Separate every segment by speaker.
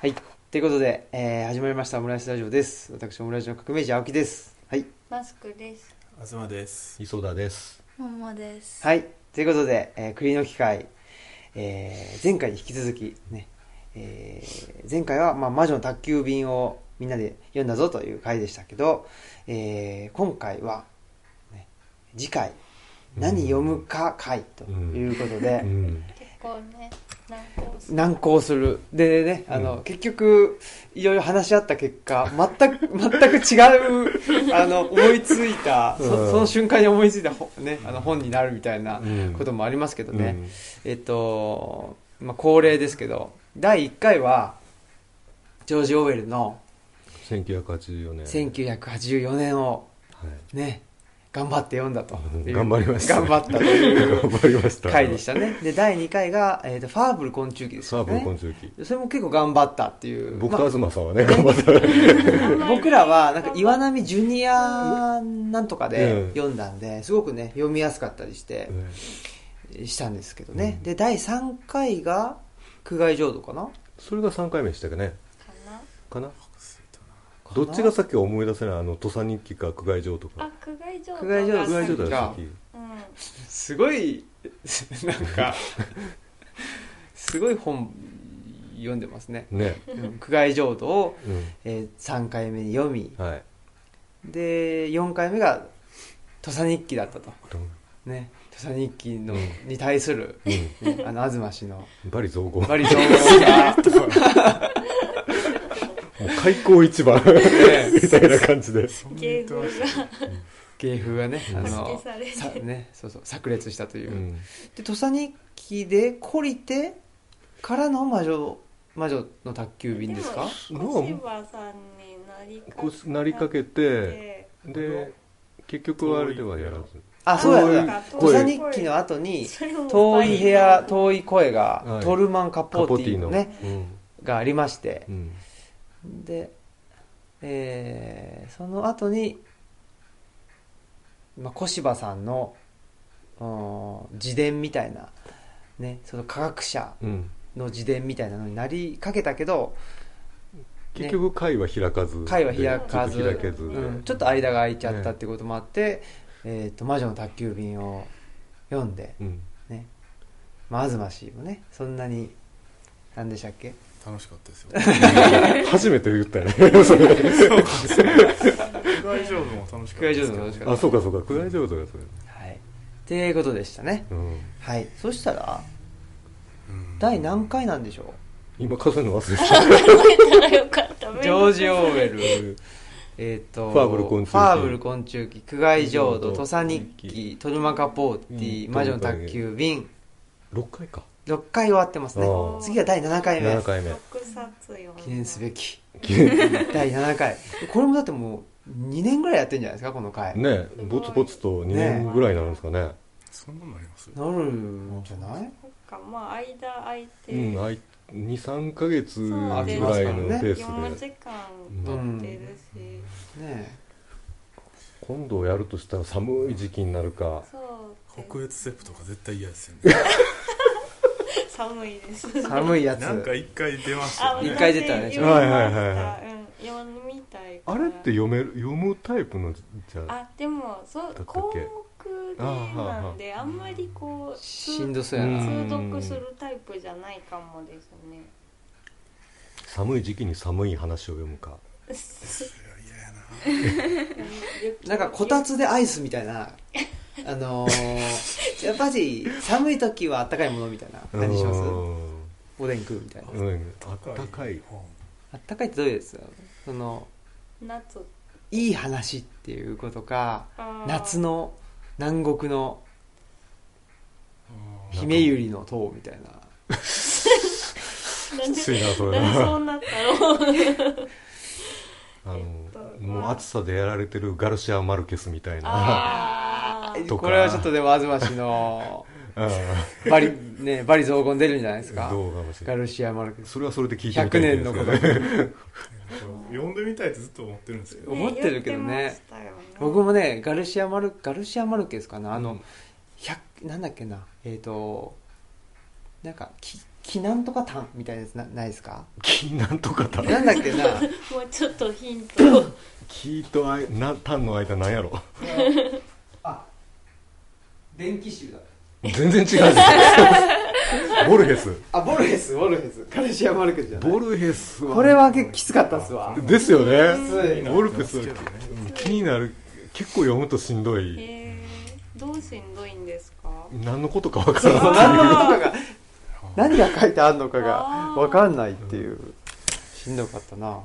Speaker 1: はい。ということで、えー始まりましたオムライスラジオです。私、オムライスの革命児、青木です。はい。
Speaker 2: マスクです。
Speaker 3: 東です
Speaker 4: 磯田です
Speaker 2: ももです。
Speaker 1: はい。ということで、えー、栗の機会、えー前回に引き続き、ね、えー前回は、まあ、魔女の宅急便をみんなで読んだぞという回でしたけど、えー今回は、ね、次回、何読むか回ということで、
Speaker 4: うん
Speaker 2: 結構ね、難航する。
Speaker 1: 難航する。でね、あの、結局、いろいろ話し合った結果、全く、 全く違う、あの、思いついた、そ
Speaker 4: うん
Speaker 1: その瞬間に思いついたほ、ね、あの、本になるみたいな
Speaker 4: うん
Speaker 1: こともありますけどね。
Speaker 4: うん
Speaker 1: えっと、まあ、恒例ですけど、第1回は、ジョージ・オーウェルの
Speaker 4: 1984年
Speaker 1: 1984年を
Speaker 4: はい
Speaker 1: ね、頑張って読んだと
Speaker 4: うん
Speaker 1: いう
Speaker 4: 頑張りました
Speaker 1: 頑張ったという
Speaker 4: 頑張りました
Speaker 1: 回でしたね。で、第2回が、えっと、ファーブル昆虫記です
Speaker 4: サ
Speaker 1: よ
Speaker 4: ー
Speaker 1: ね。
Speaker 4: ブの昆虫記
Speaker 1: それも結構頑張ったっていう。
Speaker 4: 僕
Speaker 1: ま
Speaker 4: と東さんはね頑張っ た
Speaker 1: あ僕らは、なんか岩波ジュニアなんとかで
Speaker 4: うん
Speaker 1: 読んだんで、すごくね、読みやすかったりして、したんですけどね
Speaker 4: う。ん
Speaker 1: で、第3回が、苦外浄土かな
Speaker 4: それが3回目でしたかね
Speaker 2: かな。
Speaker 4: かなどっちがさっき思い出せないあの土佐日記か苦外城と
Speaker 2: あ
Speaker 4: か、
Speaker 2: 苦外状
Speaker 1: 苦外浄土
Speaker 4: 苦外城だよさっき
Speaker 2: うん。
Speaker 1: すごい、 なん か、すごい本読んでますね。
Speaker 4: ね
Speaker 1: うん苦外浄土を、
Speaker 4: う
Speaker 1: え3回目に読み、
Speaker 4: んはい
Speaker 1: で、4回目が、土佐日記だったと。ね。土佐日記の、
Speaker 4: うん
Speaker 1: に対する、
Speaker 4: う
Speaker 1: ね、あの、東氏の、
Speaker 4: んバリ造語も
Speaker 1: バリゾーンが、
Speaker 4: う開口一 番
Speaker 1: ね、
Speaker 4: みたいな感じで
Speaker 2: 芸風が
Speaker 1: 芸風がね、あ
Speaker 2: 発揮
Speaker 1: の、
Speaker 2: されて
Speaker 1: さね、そうそう、炸裂したというう。
Speaker 4: ん
Speaker 1: で、土佐日記で懲りてからの魔女、魔女の宅急便ですか
Speaker 2: でも小芝さんになりか
Speaker 4: こうなりかけて
Speaker 2: て
Speaker 4: で結局あれではやらず
Speaker 1: あ、そうやそうや、
Speaker 2: 遠い
Speaker 1: 土佐日記の後に、
Speaker 2: それも
Speaker 1: 遠い部屋、遠い声が、
Speaker 4: はい
Speaker 1: トルマン・カポ
Speaker 4: カポ
Speaker 1: ー
Speaker 4: テ
Speaker 1: テ
Speaker 4: ィ
Speaker 1: ィ
Speaker 4: の
Speaker 1: のね、
Speaker 4: うん
Speaker 1: がありまして
Speaker 4: う、ん
Speaker 1: で、えーその後に、まあ、小柴さんの、うん自伝みたいな、ね、その科学者
Speaker 4: うん
Speaker 1: の自伝みたいなのになりかけたけど、
Speaker 4: 結局会は開かず
Speaker 1: 会は開かず
Speaker 4: ちょっと開けずで
Speaker 1: うん、ちょっと間が空いちゃったってこともあって「えー、と魔女の宅急便」を読んで、
Speaker 4: うん
Speaker 1: ねまあ、東氏もねそんなに何でしたっけ
Speaker 3: 楽しかった ですよ
Speaker 4: 初めて言ったよね それ
Speaker 1: 副
Speaker 3: 副会場も楽しかったです
Speaker 1: 会場も楽しかった
Speaker 4: あそうかそうか苦外上手がそれ
Speaker 1: はいっていうことでしたね
Speaker 4: うん
Speaker 1: はいそしたら
Speaker 3: うん
Speaker 1: 第何回なんでしょ
Speaker 4: 今数えるの忘れて
Speaker 2: だか
Speaker 4: た
Speaker 2: ら よかった
Speaker 1: うジョージ・オ
Speaker 2: を
Speaker 1: ーウェルえー、と
Speaker 4: ファーブル昆虫記
Speaker 1: ファーブル昆虫記苦外浄土
Speaker 4: うん
Speaker 1: 土佐日記トルマカポーティ、
Speaker 4: うん
Speaker 1: 魔女の宅急便
Speaker 4: 6回か
Speaker 1: 6回終わってますね
Speaker 4: あー
Speaker 1: 次が第7回目
Speaker 4: 7回目
Speaker 2: 六冊よ
Speaker 1: 記念すべき
Speaker 4: 記念
Speaker 1: 第7回これもだってもう2年ぐらいやってんじゃないですかこの回、
Speaker 4: ねぼつぼつと2年ぐらいになるんですかね
Speaker 3: そんなのあります
Speaker 1: なるんじゃない
Speaker 2: そっかまあ間空いて
Speaker 4: うん23か月ぐ
Speaker 2: そうです
Speaker 4: らいのペー
Speaker 2: 四
Speaker 4: スで
Speaker 2: 時間
Speaker 1: うん
Speaker 2: 出
Speaker 1: ね
Speaker 2: るし
Speaker 1: え
Speaker 4: 今度やるとしたら寒い時期になるか
Speaker 2: そう
Speaker 3: 北
Speaker 2: で
Speaker 3: 越セプとか絶対嫌ですよね
Speaker 2: す寒いです
Speaker 1: 寒いやつ
Speaker 3: なんか一回出ました
Speaker 2: あ
Speaker 3: よ
Speaker 1: 一
Speaker 3: ね
Speaker 1: 回出たね
Speaker 2: 私読みました
Speaker 4: はいはいはいは
Speaker 2: うん、読みたいか
Speaker 4: あ
Speaker 2: ら
Speaker 4: れって読める読むタイプのじゃあ
Speaker 2: あでもそう
Speaker 4: だったっけ
Speaker 2: 項目でなんであんまりこう
Speaker 1: しん
Speaker 2: 通
Speaker 1: どそうや
Speaker 4: う
Speaker 1: なん
Speaker 2: 通読するタイプじゃないかもですね
Speaker 4: 寒い時期に寒い話を読むか
Speaker 1: なんかこたつでアイスみたいなあのー、やっぱり寒い時はあったかいものみたいな感じします
Speaker 4: うん
Speaker 1: おでん食うみたいな
Speaker 4: うんあったかい
Speaker 3: 本
Speaker 1: あったかいってどういうやつだろうその
Speaker 2: 夏
Speaker 1: いい話っていうことか
Speaker 2: あー
Speaker 1: 夏の南国の
Speaker 3: あ
Speaker 1: 姫百合の塔みたいな
Speaker 2: なん
Speaker 4: き
Speaker 2: で
Speaker 4: ついなそれ
Speaker 2: なんで そうなった の
Speaker 4: あの
Speaker 2: えっと
Speaker 4: もう暑さでやられてるガルシア・マルケスみたいな
Speaker 2: あー
Speaker 4: とか
Speaker 1: これはちょっとでも東氏 の
Speaker 4: うん
Speaker 1: バリ、ね、バリ雑言出るんじゃないですか。
Speaker 4: どうかもし
Speaker 1: ガ
Speaker 4: れな
Speaker 1: ル
Speaker 4: い
Speaker 1: シア・マルケス。
Speaker 4: それはそれで聞いてみた
Speaker 1: 100
Speaker 4: いで
Speaker 1: 年の
Speaker 4: すよ
Speaker 1: 孤
Speaker 4: ね
Speaker 1: 独。
Speaker 3: 読んでみたいってずっと思ってるんですけど
Speaker 1: 思ってるけどね
Speaker 2: 言ってましたよね
Speaker 1: 僕もね、ガルシア・マル、ガルシア・マルケスかな。あ
Speaker 4: う
Speaker 1: の
Speaker 4: ん、
Speaker 1: 100、なんだっけな。えっ、と、なんか、き木なんとか炭みたいなやつなないですか
Speaker 4: 金なんとかた
Speaker 1: なんだっけ な
Speaker 2: もうちょっとヒント を
Speaker 4: 木とあいなタンの間なんやろ
Speaker 1: あ電気臭だ
Speaker 4: 全然違うじゃん ボルヘス
Speaker 1: あボルヘスボルヘスカルシアマルクじゃない
Speaker 4: ボルヘス
Speaker 1: これは結構きつかったっすわ
Speaker 4: ですよね
Speaker 1: きつい
Speaker 4: ボルヘス
Speaker 3: きつい
Speaker 4: 気になる結構読むとしんど
Speaker 2: へ
Speaker 4: い
Speaker 2: えどうしんどいんですか
Speaker 4: 何のことかわからない
Speaker 1: 何のことかが何が書いてあるのかが
Speaker 2: あー
Speaker 1: 分かんないっていうしんどかったな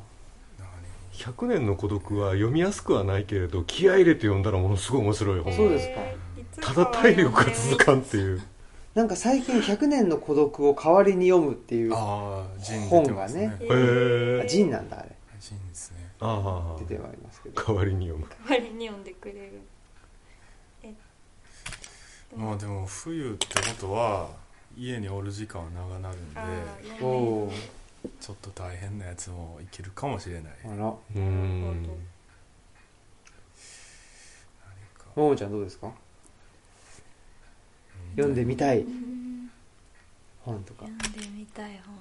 Speaker 4: 100年の孤独は読みやすくはないけれど気合い入れて読んだらものすごい面白い本
Speaker 1: そうですか
Speaker 2: えーいつ
Speaker 4: た
Speaker 2: か
Speaker 4: だ
Speaker 2: は
Speaker 4: 体力が続かんっていう
Speaker 1: なんか最近「100年の孤独」を代わりに読むっていうあ
Speaker 3: ああ、ジン出
Speaker 1: 本
Speaker 3: て
Speaker 1: が
Speaker 3: ま
Speaker 1: ね
Speaker 3: すね。
Speaker 2: え
Speaker 4: へ
Speaker 2: ー
Speaker 4: え
Speaker 1: ジンなんだあれ
Speaker 3: ジンですね。
Speaker 4: ああ
Speaker 1: 出てまいりますけど
Speaker 4: 代わりに読む
Speaker 2: 代わりに読んでくれるえ
Speaker 3: まあでも冬ってことは家におる時間は長なるんで
Speaker 2: あーやめ
Speaker 1: おお
Speaker 3: ちょっと大変なやつもいけるかもしれない。
Speaker 1: あら
Speaker 4: うーん
Speaker 1: ももちゃんどうですか読んでみたい
Speaker 2: うん
Speaker 1: 本とか
Speaker 2: 読んでみたい本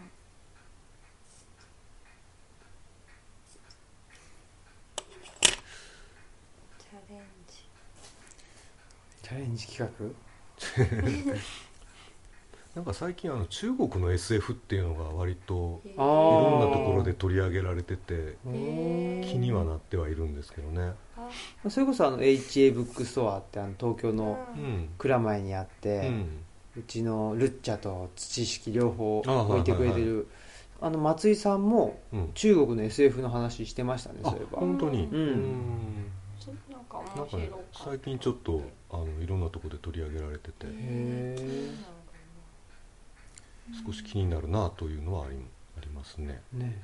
Speaker 2: チャレンジ
Speaker 1: チャレンジ企画
Speaker 4: なんか最近あの中国の SF っていうのが割と
Speaker 2: えー
Speaker 1: あ
Speaker 4: い
Speaker 1: ー
Speaker 4: ろんなところで取り上げられてて
Speaker 1: う
Speaker 2: へー
Speaker 4: 気にはなってはいるんですけどね
Speaker 2: あ
Speaker 1: それこそあの HA ブックストアってあの東京の
Speaker 4: う
Speaker 2: うん
Speaker 4: ん
Speaker 1: 蔵前にあって、
Speaker 4: う
Speaker 1: うんちのルッチャと土式両方
Speaker 4: あは
Speaker 1: 置
Speaker 4: い
Speaker 1: いてくれて
Speaker 4: はい
Speaker 1: るあの松井さんも
Speaker 4: うん
Speaker 1: 中国の SF の話してましたね
Speaker 4: あ
Speaker 1: そういえば
Speaker 4: 本当に
Speaker 2: うん
Speaker 4: ん
Speaker 2: ちょなんか面白
Speaker 4: なん
Speaker 2: か
Speaker 4: かね最近ちょっとあのいろんなところで取り上げられてて
Speaker 1: へー
Speaker 4: 少し気になるなというのはありありますね
Speaker 1: ね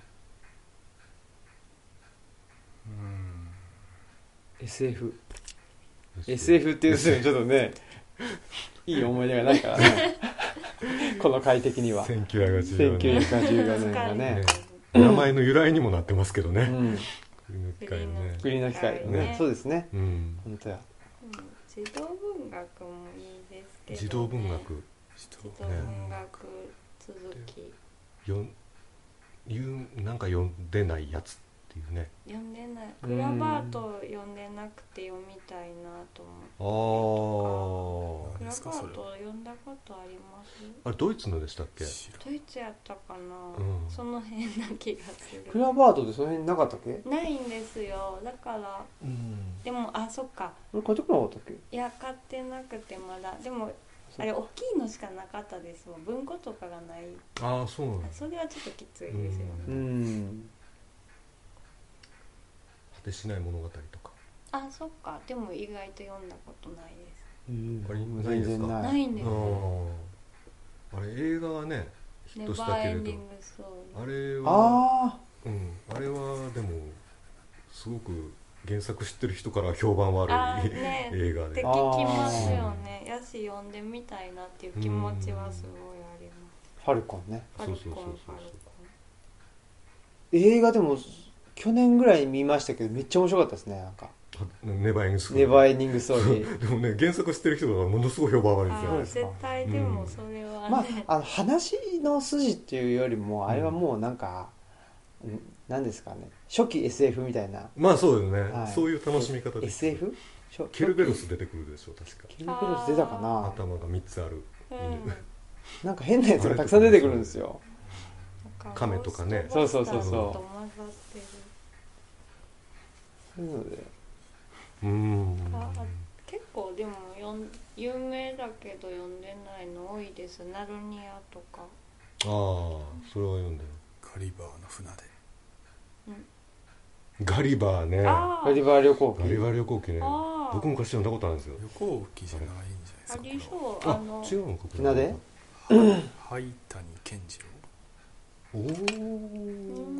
Speaker 3: うん。
Speaker 1: SF SF っていうすよちょっと ねいい思い出がないから ねこの回的には
Speaker 4: 1984年
Speaker 1: 1984年がね
Speaker 4: ね、名前の由来にもなってますけど
Speaker 1: う
Speaker 4: ね
Speaker 1: ん、
Speaker 4: 国の機会ね
Speaker 1: 栗の機械、ね
Speaker 4: ね、
Speaker 1: そうですね
Speaker 4: うん
Speaker 1: 本当や
Speaker 2: うん児童文学もいいですけど、ね、
Speaker 4: 児童文
Speaker 2: 児
Speaker 4: 学
Speaker 3: 人
Speaker 2: 童文学続き、
Speaker 4: よん言うなんか読んでないやつっていうね
Speaker 2: 読んでない
Speaker 1: うん
Speaker 2: クラバート読んでなくて読みたいなと思う
Speaker 4: あー
Speaker 2: クラ
Speaker 3: 何で
Speaker 2: バ
Speaker 3: すか
Speaker 2: ー
Speaker 3: それ
Speaker 2: ト読んだことあります
Speaker 4: あれドイツのでしたっけ
Speaker 3: 知らん
Speaker 2: ドイツやったかな、
Speaker 4: うん
Speaker 2: その辺な気がす
Speaker 1: ク
Speaker 2: る
Speaker 1: ラバートでその辺なかったっけ
Speaker 2: ないんですよだからでもあそっか
Speaker 1: 俺買ってこなかったっけ
Speaker 2: いや買ってなくてまだでもあれ大きいのしかなかったですもん文庫とかがない
Speaker 4: ああそうなん
Speaker 2: あ
Speaker 4: です
Speaker 2: それはちょっときついですよね、
Speaker 1: うん
Speaker 4: 果てしない物語とか
Speaker 2: あそっかでも意外と読んだことないです
Speaker 1: うん
Speaker 4: あれ
Speaker 1: 全
Speaker 4: ないですか
Speaker 1: 然ない
Speaker 2: ないんですよ
Speaker 4: あーあれ映画がねヒ
Speaker 2: ネ
Speaker 4: ッ
Speaker 2: バ
Speaker 4: トした
Speaker 2: ー
Speaker 4: け
Speaker 2: エ
Speaker 4: れ
Speaker 2: ン
Speaker 4: ど
Speaker 2: ディングストー
Speaker 4: あ
Speaker 2: リー
Speaker 4: れは
Speaker 1: あ
Speaker 4: うん、あれはでもすごく原作知ってる人から評判悪
Speaker 2: あー
Speaker 4: い
Speaker 2: ね
Speaker 4: 映画
Speaker 2: っ
Speaker 4: で
Speaker 2: て聞き
Speaker 1: あ
Speaker 2: ますよねやし読んでみたいなっていう気持ちはすごいあり
Speaker 1: あファルコンね
Speaker 2: ますファルコン
Speaker 4: そう
Speaker 2: フ
Speaker 4: そうそ
Speaker 2: ァ
Speaker 4: うそう
Speaker 2: ルコ
Speaker 1: 映画でも去年ぐらいに見ましたけどめっちゃ面白かったですねなんか
Speaker 4: ネバーエン
Speaker 1: 「
Speaker 4: グス
Speaker 1: ネバーエンディングストー リー
Speaker 4: でもね原作知ってる人がものすごい評判悪いんです
Speaker 2: ンあ
Speaker 4: よ
Speaker 1: そう
Speaker 2: ー
Speaker 1: ですか
Speaker 2: 絶対でもそれ」は
Speaker 1: ま
Speaker 2: ね、
Speaker 1: ああの話の筋っていうよりもあれはもうなんか何ですかね初期 SF みたいな
Speaker 4: まあそうだよね、
Speaker 1: はい
Speaker 4: そういう楽しみ方です
Speaker 1: SF? 初
Speaker 4: ケルベロ
Speaker 1: 初
Speaker 4: ス出てくるでしょ確か
Speaker 1: 期ケルベロス出たかな
Speaker 4: 頭が3つある
Speaker 2: うんなん
Speaker 1: なんか変なやつがたくさん出てくるんですよ
Speaker 2: か
Speaker 4: 亀とかね
Speaker 1: そうそうそうそう
Speaker 2: ゴーストバスターズと混ざってる
Speaker 1: そういうので
Speaker 4: うーん
Speaker 2: ああ結構でもよん有名だけど読んでないの多いですナルニアとか
Speaker 4: ああーそれは読んだよ
Speaker 3: カリバーの船で。
Speaker 4: ガリバーね
Speaker 2: あ
Speaker 4: ガ
Speaker 1: ガリバー旅行記
Speaker 4: リバー旅行記ね
Speaker 2: あー
Speaker 4: 僕昔読んだことあるんですよ
Speaker 3: 旅行機じゃないんじゃないです
Speaker 2: あ
Speaker 3: か。
Speaker 2: り
Speaker 3: こ
Speaker 2: そうあ
Speaker 4: あ
Speaker 2: の
Speaker 4: 違うのかこれ
Speaker 1: 船出
Speaker 3: れは。灰谷健次
Speaker 4: おお
Speaker 3: 郎。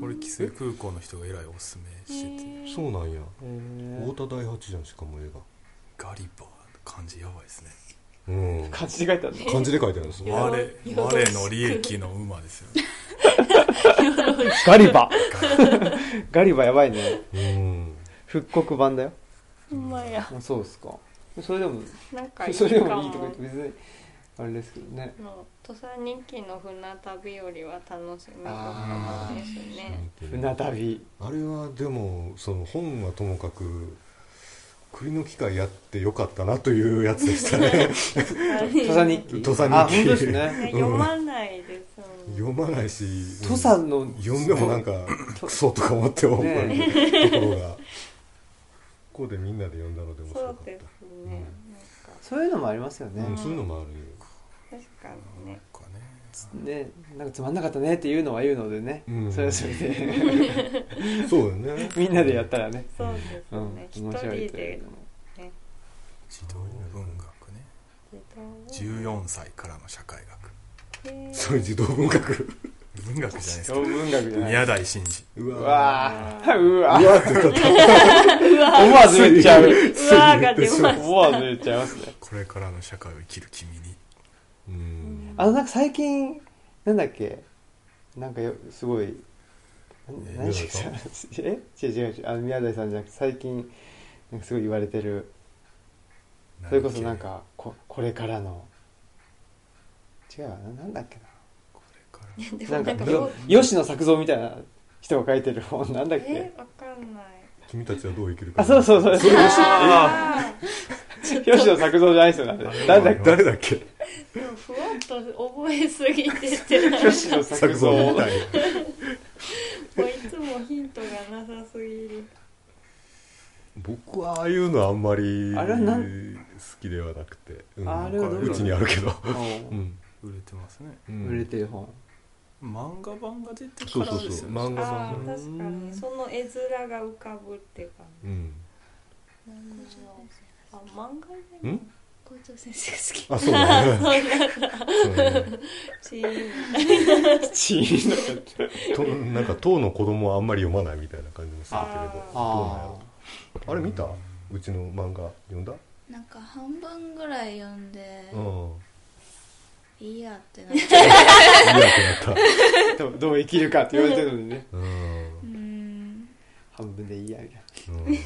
Speaker 3: これ規制空港の人がえらいおすすめしてて。
Speaker 4: そうなんや
Speaker 1: へー
Speaker 4: 太田大八じゃんしかも映
Speaker 3: ガリバー漢字やばいですね。
Speaker 4: 画うん
Speaker 1: 漢字で書いてあるの
Speaker 4: 漢字で書いてあるんです
Speaker 2: よ
Speaker 4: よ
Speaker 3: 我
Speaker 2: よろ
Speaker 3: 我の利益の馬ですよ、ね。
Speaker 1: ガリバ ガリバやばいね
Speaker 4: うん
Speaker 1: 復刻版だよ
Speaker 2: ほんまや
Speaker 1: あそうですかそれでも
Speaker 2: なんかいい
Speaker 1: そ
Speaker 2: か
Speaker 1: れでもいいとか言
Speaker 2: も
Speaker 1: って別にあれですけどね
Speaker 2: の土佐日記の船旅よりは楽しみ
Speaker 1: あ
Speaker 2: 方
Speaker 1: ー
Speaker 2: ですね。
Speaker 1: 船旅
Speaker 4: あれはでもその本はともかく栗の機会やってよかったなというやつでしたね
Speaker 1: 土佐日記
Speaker 4: 土佐日記
Speaker 1: あ本当です
Speaker 2: はい
Speaker 1: ね
Speaker 2: 読まないですもん。
Speaker 4: 読まないしうん
Speaker 1: 土佐の
Speaker 4: 読んでもなんか
Speaker 1: と
Speaker 4: クソとか思って思うとこ ろがここでみんなで読んだので面白
Speaker 2: そ
Speaker 4: かっ
Speaker 2: うですね。なんか
Speaker 1: そういうのもありますよ
Speaker 4: た、
Speaker 1: ね
Speaker 4: うん、そういうのもあるよ
Speaker 2: 確かに
Speaker 3: なん
Speaker 2: ね。
Speaker 3: かね
Speaker 1: ねなんかつまんなかったねっていうのは言うのでね、
Speaker 4: うん
Speaker 1: それはそれで
Speaker 4: そうよね
Speaker 1: みんなでやったらね、
Speaker 2: そうです
Speaker 1: うん
Speaker 2: ね。、一人
Speaker 1: 面白いという
Speaker 2: で
Speaker 1: のも
Speaker 2: ね。
Speaker 3: 児童文学ね
Speaker 2: 自動を
Speaker 3: 14歳からの社会学
Speaker 2: へー
Speaker 4: そういう児童文学
Speaker 3: 文学じゃないです
Speaker 1: 小
Speaker 3: か
Speaker 1: 文学じゃない
Speaker 3: 宮台真司
Speaker 4: う
Speaker 1: う
Speaker 4: わ
Speaker 1: わーうわ
Speaker 4: う
Speaker 1: ー
Speaker 4: わって言っ た
Speaker 1: 思わず言っちゃう
Speaker 2: うわーが出ま
Speaker 1: 思わず言っちゃいますね
Speaker 3: これからの社会を生きる君に
Speaker 4: うん
Speaker 1: あのなんか最近なんだっけなんかよすごい
Speaker 4: え
Speaker 1: 何し
Speaker 4: 宮台
Speaker 1: え違う違う違うあの宮台さんじゃなくて最近なんかすごい言われてるそれこそなんかここれからの違うななんだっけ
Speaker 3: これか
Speaker 2: で
Speaker 1: な
Speaker 2: も
Speaker 1: な
Speaker 2: なんん
Speaker 1: か
Speaker 2: か
Speaker 1: よ
Speaker 2: よ
Speaker 1: 吉野作造みたいな人が書いてる本なんだっけ
Speaker 2: えわかんない。
Speaker 4: 君たちはどう生きるか
Speaker 1: あそうそうそう吉野
Speaker 2: あー
Speaker 1: 吉野作造じゃないですよなん
Speaker 3: あれ
Speaker 1: 誰だっ
Speaker 4: 誰だっけ
Speaker 2: でもふわっと覚えすぎててなん
Speaker 1: け
Speaker 2: か
Speaker 1: 吉野作
Speaker 4: 作
Speaker 1: 造
Speaker 4: 造みたい
Speaker 2: もういつもヒントがなさすぎる。
Speaker 4: 僕はああいうのはあんまり
Speaker 1: あれはな
Speaker 4: 好きではなくて、うん
Speaker 1: あれはどうな
Speaker 4: う
Speaker 1: の
Speaker 4: ちにあるけど、
Speaker 1: う
Speaker 4: うんん
Speaker 3: ら売れてますね
Speaker 4: うん
Speaker 1: 売れてる本
Speaker 3: 漫画版が出て
Speaker 4: そ
Speaker 3: か
Speaker 4: うそ
Speaker 3: ら
Speaker 4: う
Speaker 3: です
Speaker 4: そう
Speaker 3: よね
Speaker 4: 漫画
Speaker 2: ああー
Speaker 4: 版の
Speaker 2: 確かにその絵面が浮かぶって感
Speaker 4: うん
Speaker 2: じ。あ漫画
Speaker 4: う
Speaker 2: でも
Speaker 4: ん
Speaker 5: 校長先生
Speaker 4: あ
Speaker 5: が好き
Speaker 4: そう だねそうだね
Speaker 2: チーム
Speaker 1: チーンだった
Speaker 4: となんか当の子供はあんまり読まないみたいな感じもするけれどどうなんや
Speaker 1: あ
Speaker 4: ろあれ見たうちの漫画読んだ
Speaker 5: なんか半分ぐらい読んで、
Speaker 4: うん
Speaker 5: いいやってなっ て
Speaker 4: いいやってなった
Speaker 1: あどう どう生きるかって言われてるのにね
Speaker 4: うん
Speaker 5: うーん
Speaker 1: 半分でいいやみたいな
Speaker 4: うん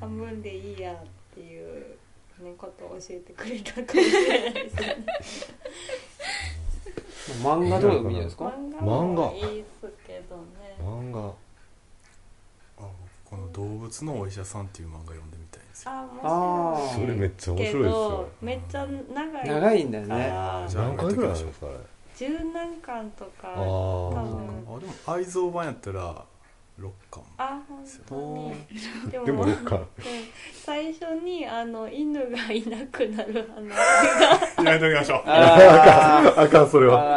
Speaker 2: 半分でいいやっていう、ね、ことを教えてくれたかもしれないですね。
Speaker 1: 漫画とかでもいいんじゃないですか
Speaker 2: 漫画
Speaker 4: 漫画
Speaker 2: もいいですけどね。
Speaker 4: 漫画
Speaker 3: あ僕この「動物のお医者さん」っていう漫画読んでみたいんですよ
Speaker 2: あ
Speaker 1: あ
Speaker 2: 面
Speaker 1: ー
Speaker 4: それめっちゃ
Speaker 2: 白い
Speaker 4: 面白
Speaker 2: け
Speaker 4: いですよ
Speaker 2: どめっちゃ長い。
Speaker 1: 長いんだよね
Speaker 2: あー
Speaker 3: じゃあ
Speaker 4: 何回ぐらいあるんですかあれ
Speaker 2: 十何巻と
Speaker 4: あ
Speaker 2: か。
Speaker 4: ー
Speaker 2: 多分
Speaker 3: あでも愛蔵版やったら6巻
Speaker 2: あ本当に。で
Speaker 4: でも
Speaker 2: も
Speaker 4: なんか
Speaker 2: うん最初にあの犬がいなくなる話
Speaker 3: やめときましょう
Speaker 1: あ
Speaker 4: あかんそれ
Speaker 1: ー
Speaker 4: は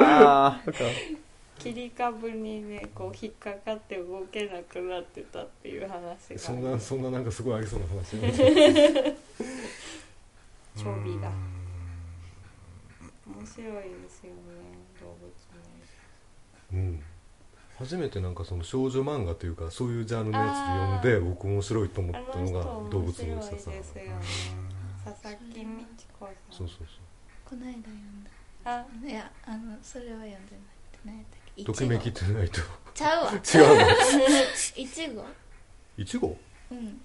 Speaker 1: あー
Speaker 2: 切り株にねこう引っかかって動けなくなってたっていう話が
Speaker 4: そんなそんななんかすごいありそうな話
Speaker 2: 装備が
Speaker 3: うーん
Speaker 2: 面白いですよね動物
Speaker 4: うん初めてなんかその少女漫画というかそういうジャンルのやつで読んで僕面白いと思
Speaker 2: も
Speaker 4: った
Speaker 2: あの
Speaker 4: の
Speaker 2: 人
Speaker 4: が「動
Speaker 2: 面
Speaker 4: 物
Speaker 2: 白い
Speaker 4: のお
Speaker 2: で
Speaker 4: 医
Speaker 2: す
Speaker 4: 者
Speaker 2: よ
Speaker 4: さん」
Speaker 2: ね佐々木美智子さ
Speaker 4: そうんそうそう
Speaker 5: こないだ読んだ
Speaker 2: あ
Speaker 5: いやあのそれは読んでないって何やったっけ
Speaker 4: ときめき
Speaker 5: いち
Speaker 4: ってない と
Speaker 5: ごちゃうわ
Speaker 4: 違うの
Speaker 5: いちご
Speaker 4: いちご
Speaker 5: うん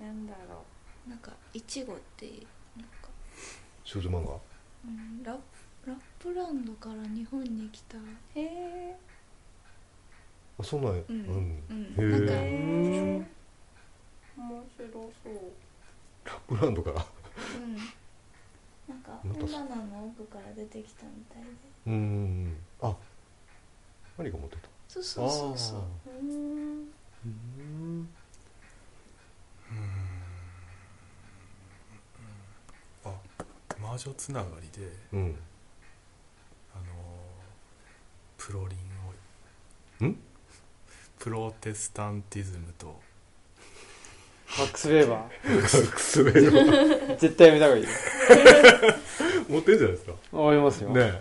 Speaker 2: なんだろ
Speaker 5: なんかいちごってなんか、
Speaker 4: 少女漫画
Speaker 5: うん、ララップランドから日本に来た
Speaker 2: うへ
Speaker 4: あそんなんう
Speaker 5: うん
Speaker 4: ん、
Speaker 5: うん、
Speaker 4: へー
Speaker 5: な
Speaker 2: え
Speaker 5: んか
Speaker 2: へえ面白そう
Speaker 4: ラップランドから
Speaker 5: うんなんか
Speaker 4: また
Speaker 5: バナナの奥から出てきたみたいで
Speaker 4: うんあ何が持ってた
Speaker 5: そうそうそうそう
Speaker 2: うーん
Speaker 1: うん
Speaker 3: 魔女つながりで
Speaker 4: うん
Speaker 3: あのープロリンを
Speaker 4: ん
Speaker 3: プロテスタンティズムと
Speaker 1: マックス・ウェーバ
Speaker 4: くすべる
Speaker 1: ー絶対見た方がいいよ
Speaker 4: 持ってんじゃないですかね
Speaker 1: 思いますよ
Speaker 4: え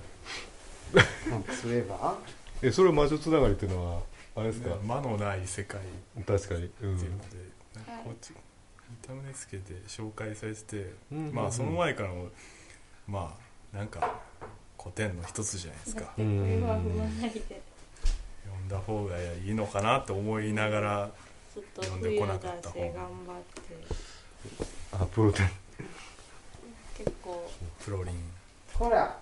Speaker 1: マックス・ウェーバ
Speaker 4: えそれ魔女つながりっていうのはあれですか、
Speaker 3: 魔のない世界っ
Speaker 4: 確かに、う
Speaker 3: ていうの
Speaker 4: ん
Speaker 3: で、なんかこっち見た目つけて紹介されてて、
Speaker 4: うん
Speaker 3: まあその前からもまあなんか古典の一つじゃないですか
Speaker 2: これは踏まないで
Speaker 3: 読んだ方がいいのかなと思いながら
Speaker 2: ちょっと
Speaker 3: 呼んで
Speaker 2: 冬
Speaker 3: こ
Speaker 2: だ
Speaker 3: な
Speaker 2: し
Speaker 3: かった
Speaker 2: 頑
Speaker 3: 方
Speaker 2: 張って
Speaker 4: あプロテン
Speaker 2: 結構
Speaker 3: プロリン
Speaker 1: ほら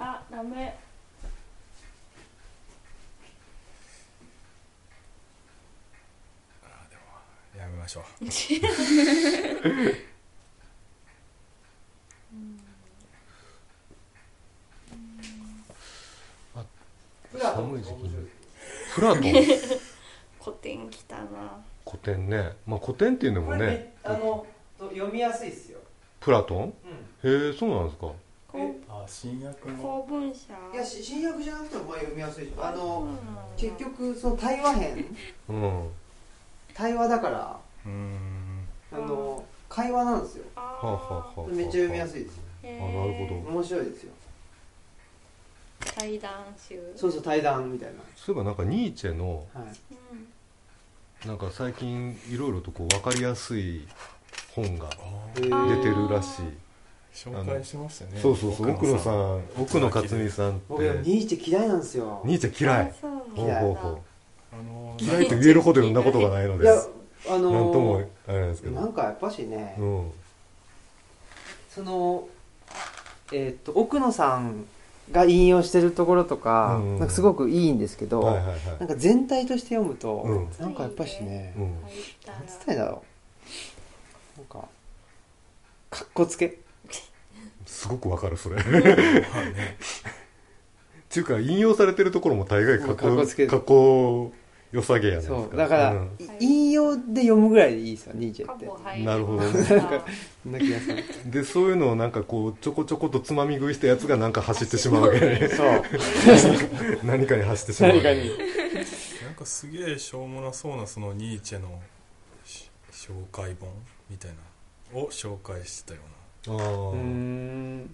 Speaker 2: あダメ
Speaker 3: やめましょう
Speaker 4: 寒い時期にフラ ート
Speaker 2: 古典来たな
Speaker 4: 古典ねまあ古典っていうの
Speaker 1: こ
Speaker 4: も
Speaker 1: れ
Speaker 4: ね
Speaker 1: ねあの読みやすいっすよ、
Speaker 4: プラトン
Speaker 1: う
Speaker 4: へえそうなんですか
Speaker 2: こ
Speaker 3: あ新薬の
Speaker 2: 公文社
Speaker 1: ん、いやし新訳じゃなくてもまあ読みやすいでしょあ
Speaker 2: そう
Speaker 1: の
Speaker 2: なんだ
Speaker 1: 結局その対話編
Speaker 4: うん
Speaker 1: 対話だから
Speaker 3: うーん
Speaker 1: あの会話なんですよ
Speaker 2: あ
Speaker 4: は
Speaker 2: ー
Speaker 4: あはあはあはあ
Speaker 1: めっちゃ読みやすいです
Speaker 2: へ
Speaker 4: あなるほ
Speaker 2: ー
Speaker 4: ど
Speaker 1: 面白いですよ
Speaker 2: 対談集
Speaker 1: そうそう対談みたい
Speaker 4: そういえばなんかニーチェの
Speaker 1: なはい
Speaker 2: うん
Speaker 4: なんか最近いろいろとこう分かりやすい本が
Speaker 3: あ
Speaker 1: へ
Speaker 3: ー
Speaker 1: ー
Speaker 4: 出てるらしい、
Speaker 3: 紹介してましたね
Speaker 4: そうそうそう奥野さ
Speaker 3: ん
Speaker 4: ん奥野克美さんっ
Speaker 1: 僕でも
Speaker 4: て
Speaker 1: ニーチェ嫌いなんですよ
Speaker 4: ニーチェ嫌い
Speaker 2: あそうなんだ
Speaker 4: ほう
Speaker 1: 嫌い
Speaker 4: ほうほう
Speaker 3: あのー
Speaker 4: 嫌いと言えるほど読んだことがないの
Speaker 1: い
Speaker 4: で
Speaker 1: や
Speaker 4: す
Speaker 1: あ
Speaker 4: なん
Speaker 1: の
Speaker 4: ともあれなんですけど
Speaker 1: なんかやっぱしね、
Speaker 4: うん
Speaker 1: そのえーっと奥野さんが引用してるところとか,、
Speaker 4: うんうん
Speaker 1: なんかすごくいいんですけど、
Speaker 4: はいはいは
Speaker 1: なん
Speaker 4: い
Speaker 1: か全体として読むと、
Speaker 4: うん
Speaker 1: なんかやっぱしね、
Speaker 4: うん
Speaker 2: 入ったら
Speaker 1: なんつったらいいんだろうなんかかっこつけ
Speaker 4: すごくわかるそれっていうか引用されてるところも大概かっ
Speaker 1: うんかっ
Speaker 4: こ
Speaker 1: こつける
Speaker 4: かっこよさげやないですか
Speaker 1: そうだから、
Speaker 4: うん
Speaker 1: い引用で読むぐらいでいいですよニーチェ
Speaker 2: 過
Speaker 1: って
Speaker 2: 去入り
Speaker 4: なるほどね
Speaker 2: ました
Speaker 1: そんな気がす る
Speaker 4: でそういうのをなんかこうちょこちょことつまみ食いしたやつがなんか走ってしまうわけね
Speaker 1: そう
Speaker 4: 何かに走ってしまう
Speaker 1: 何かに
Speaker 3: なんかすげえしょうもなそうなそのニーチェのし紹介本みたいなを紹介してたよ
Speaker 4: あ
Speaker 1: うー
Speaker 4: ー
Speaker 1: ん
Speaker 2: ニ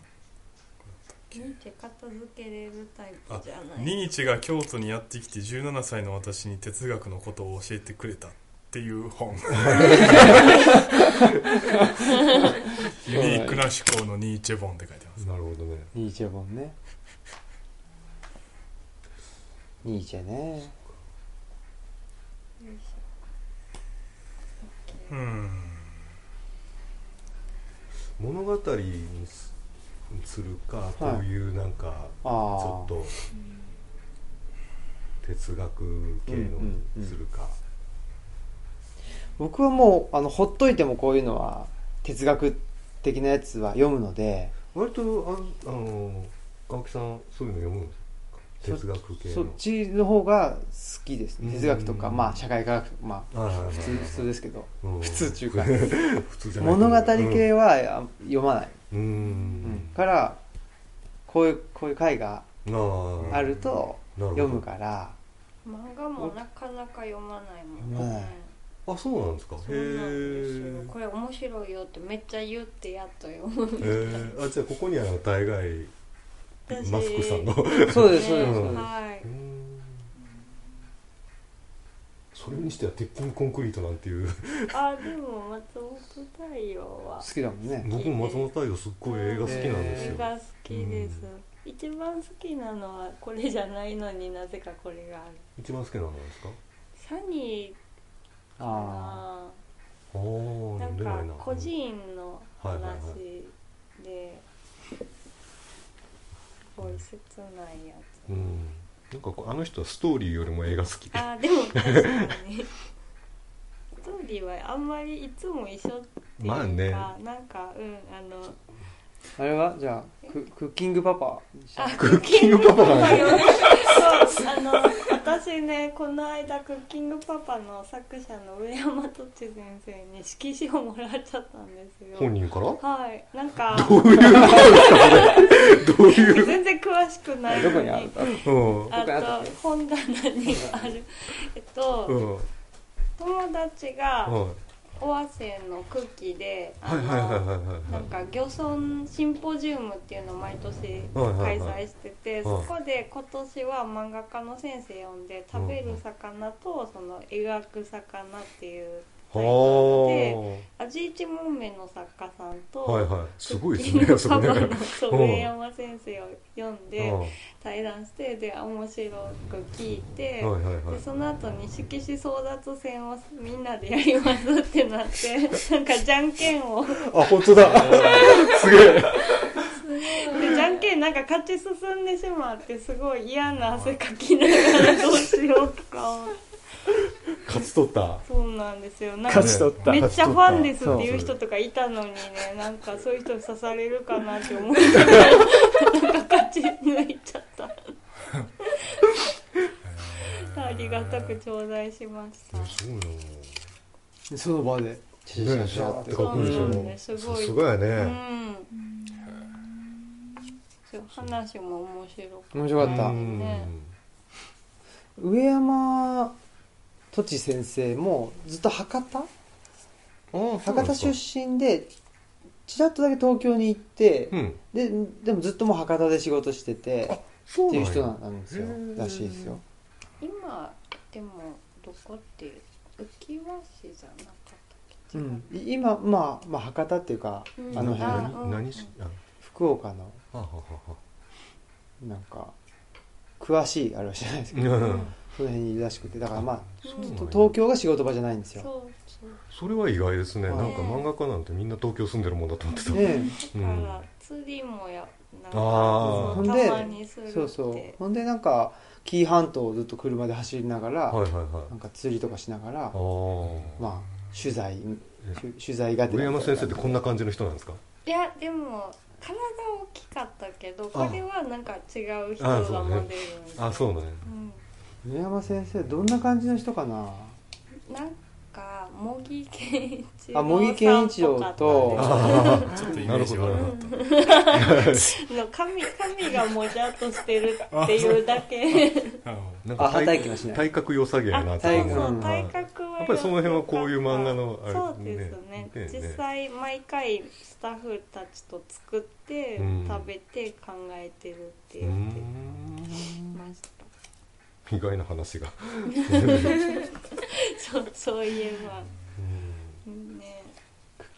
Speaker 2: ーチェ片付けれるタイプじゃ
Speaker 3: う
Speaker 2: な
Speaker 3: ないニーチェが京都にやってきて17歳の私に哲学のことを教えてくれたっていう 本ユニークな思考のニーチェ本って書いてます
Speaker 4: なるほどね
Speaker 1: ニーチェ本ねニーチェね
Speaker 2: よいし
Speaker 3: う
Speaker 2: ょ
Speaker 3: ん
Speaker 4: 物語にすするかこういうなんか、
Speaker 1: ああ
Speaker 4: ちょっと哲学系の
Speaker 1: うんうんうん
Speaker 4: するか、
Speaker 1: 僕はもうあのほっといてもこういうのは哲学的なやつは読むので
Speaker 4: 割とああの青木さんそういうの読むんですか哲学系の
Speaker 1: そっちの方が好きです
Speaker 4: うん
Speaker 1: ね哲学とか、まあ、社会科学まあ
Speaker 4: ああ
Speaker 1: 普通普通ですけど
Speaker 4: 普
Speaker 1: 普通中華
Speaker 4: 普通じゃない
Speaker 1: 物語系はあ読まない、
Speaker 4: うん、
Speaker 1: うんからこういうこういう回が
Speaker 4: うんあ
Speaker 1: あると
Speaker 4: なるほど
Speaker 1: 読むから、
Speaker 2: 漫画もなかなか読まないもん
Speaker 1: 読まない
Speaker 2: ね
Speaker 4: あそうなんですかへ
Speaker 2: そうなんですよ
Speaker 4: え
Speaker 2: これ面白いよってめっちゃ言ってやっと読む
Speaker 4: えー、あじゃあここには大概
Speaker 2: 私
Speaker 4: マスクさんの
Speaker 1: そうですそうです
Speaker 2: ね
Speaker 1: そうです
Speaker 2: はい
Speaker 4: それにしては鉄筋コンクリートなんていう
Speaker 2: あでも松本太陽は
Speaker 1: 好きだもんね
Speaker 4: 僕も松本太陽すっごい映画好きなんですよ
Speaker 2: 映、画好きです、一番好きなのはこれじゃないのになぜかこれがある
Speaker 4: 一番好きなのなんですか
Speaker 2: サニー
Speaker 1: あ
Speaker 2: かな
Speaker 4: ああー
Speaker 2: な
Speaker 4: 読
Speaker 2: ん
Speaker 4: んでな
Speaker 2: か
Speaker 4: いな
Speaker 2: 個人の
Speaker 4: はい
Speaker 2: 話
Speaker 4: はいはい
Speaker 2: ですごい切ないや つ、
Speaker 4: うんなんかこうあの人はストーリーよりも映画好き
Speaker 2: あーでも確かにストーリーはあんまりいつも一緒っていうか、
Speaker 4: まあね
Speaker 2: なんかうんあの
Speaker 1: ああれはじゃあククッキングパパにした
Speaker 2: あ
Speaker 4: クッキングパパな んだ
Speaker 2: よねそうあの私ねこの間クッキングパパの作者の上山とち先生に色紙をもらっちゃったんですよ
Speaker 4: 本人からど
Speaker 2: はいなんか
Speaker 4: ういうことですかこれどういう、
Speaker 2: 全然詳しくない
Speaker 1: ど
Speaker 2: の
Speaker 1: こにある
Speaker 2: に
Speaker 4: うん
Speaker 1: どこにあった
Speaker 2: あ
Speaker 1: っけ
Speaker 2: と本棚にあるえっと、
Speaker 4: うんはい
Speaker 2: 友達が
Speaker 4: は
Speaker 2: 尾鷲のクッキーで
Speaker 4: いはいはいはいはい
Speaker 2: なんか漁村シンポジウムっていうのを毎年
Speaker 4: はいは
Speaker 2: 開
Speaker 4: いはい
Speaker 2: 催してて
Speaker 4: は
Speaker 2: そ
Speaker 4: い
Speaker 2: こで今年は漫画家の先生呼んで食べる魚とその描く魚っていうタイトルで
Speaker 4: は
Speaker 2: 味一もめの作家さんと
Speaker 4: あはい
Speaker 2: ク
Speaker 4: はいすごい
Speaker 2: ッ
Speaker 4: で
Speaker 2: キ
Speaker 4: す
Speaker 2: ングパパ
Speaker 4: ねそれ
Speaker 2: の
Speaker 4: ね
Speaker 2: 祖 上山先生を呼ん
Speaker 4: うん
Speaker 2: で
Speaker 4: は
Speaker 2: 対談してで面白く聞いて
Speaker 4: いはいは
Speaker 2: で
Speaker 4: い
Speaker 2: その後に色紙争奪戦をみんなでやります ってなってなんかじゃんけんを
Speaker 4: あ本当だすげえ
Speaker 5: ごい
Speaker 2: でじゃんけんなんか勝ち進んでしまってすごい嫌な汗かきながらどうしようか
Speaker 4: 勝ち取った
Speaker 2: そうなんですよなんか
Speaker 6: 勝ち取った
Speaker 2: めっちゃファンですっていう人とかいたのにねなんかそういう人に刺されるかなって思ってたらなんか勝ち抜いちゃったありがたく頂戴しました
Speaker 4: そうよ
Speaker 1: その場でシャシャシャシャって
Speaker 4: ねえかっこいいでしょ
Speaker 2: そうなんですす
Speaker 4: さ
Speaker 2: ごい
Speaker 4: すがや
Speaker 2: う
Speaker 4: ね
Speaker 2: んそう話も面白く
Speaker 1: 面白かっ
Speaker 4: う
Speaker 1: た
Speaker 4: ん
Speaker 2: ね
Speaker 1: 上山とち先生もずっと博多
Speaker 4: あ
Speaker 1: 博多
Speaker 4: 出
Speaker 1: 出身でちらっとだけ東京に行って、
Speaker 4: 身うん
Speaker 1: ででもずっともう博多で仕事してて
Speaker 4: そ
Speaker 1: っていう人
Speaker 4: な
Speaker 1: なん
Speaker 4: や
Speaker 1: んですよ
Speaker 4: へー
Speaker 1: らしいですよ
Speaker 2: 今でもどこっていう浮輪市じゃなかったっけ
Speaker 1: う、
Speaker 2: 違うん
Speaker 1: い今、まあ、まあ博多っていうか、
Speaker 2: うん
Speaker 1: あの辺
Speaker 2: あ
Speaker 4: 何何しあ
Speaker 1: 福岡の
Speaker 4: はははは
Speaker 1: なんか詳しいあれは知らないですけど、
Speaker 4: うん
Speaker 1: その辺にいるらしくてだからまあ
Speaker 4: そうなんや
Speaker 1: 東京が仕事場じゃないんですよ、
Speaker 2: そうそう
Speaker 4: それは意外ですね
Speaker 1: は
Speaker 4: ないんか漫画家なんてみんな東京住んでるもんだと思ってた
Speaker 1: え
Speaker 2: だから釣りもやなんか
Speaker 1: ー
Speaker 4: あ
Speaker 2: そうたまにするっ
Speaker 1: え
Speaker 2: て
Speaker 1: そうそうほんでなんか紀伊半島をずっと車で走りながら、
Speaker 4: はいはいはい
Speaker 1: なんか釣りとかしながら
Speaker 4: ああ
Speaker 1: まあ取材取取材がて
Speaker 4: 上
Speaker 1: ら
Speaker 4: 山先生ってこんな感じの人なんですか
Speaker 2: いやでも体大きかったけどこれはなんか違う人
Speaker 4: あ
Speaker 2: が
Speaker 4: ーそう
Speaker 2: モ
Speaker 4: ね
Speaker 2: デルみたいな
Speaker 4: あそうなんや
Speaker 1: 上山先生どんな感じの人かな
Speaker 2: うん、なんか茂木健一
Speaker 1: あ茂木健一郎と
Speaker 2: さんっぽかっ
Speaker 3: ちょっとイメージ 悪かった
Speaker 2: たね髪髪がもじゃっとしてるっていうだけ
Speaker 3: なるほ
Speaker 4: なん
Speaker 1: あ
Speaker 4: か
Speaker 1: はたい
Speaker 4: 体
Speaker 1: きはしない
Speaker 4: 体格良さげやな
Speaker 2: あ
Speaker 4: っ
Speaker 2: そ
Speaker 4: て
Speaker 2: う
Speaker 1: 体
Speaker 2: そ
Speaker 1: 格う
Speaker 2: う
Speaker 1: ん
Speaker 2: 体格は
Speaker 4: やっぱりその辺はこういう漫画のあれ
Speaker 2: そうですね
Speaker 4: ね
Speaker 2: 実際毎回スタッフたちと作って、
Speaker 4: うん
Speaker 2: 食べて考えてるって
Speaker 4: うー
Speaker 2: 言って
Speaker 4: ん
Speaker 2: ました、
Speaker 4: 意外な話が
Speaker 2: そうそういえばね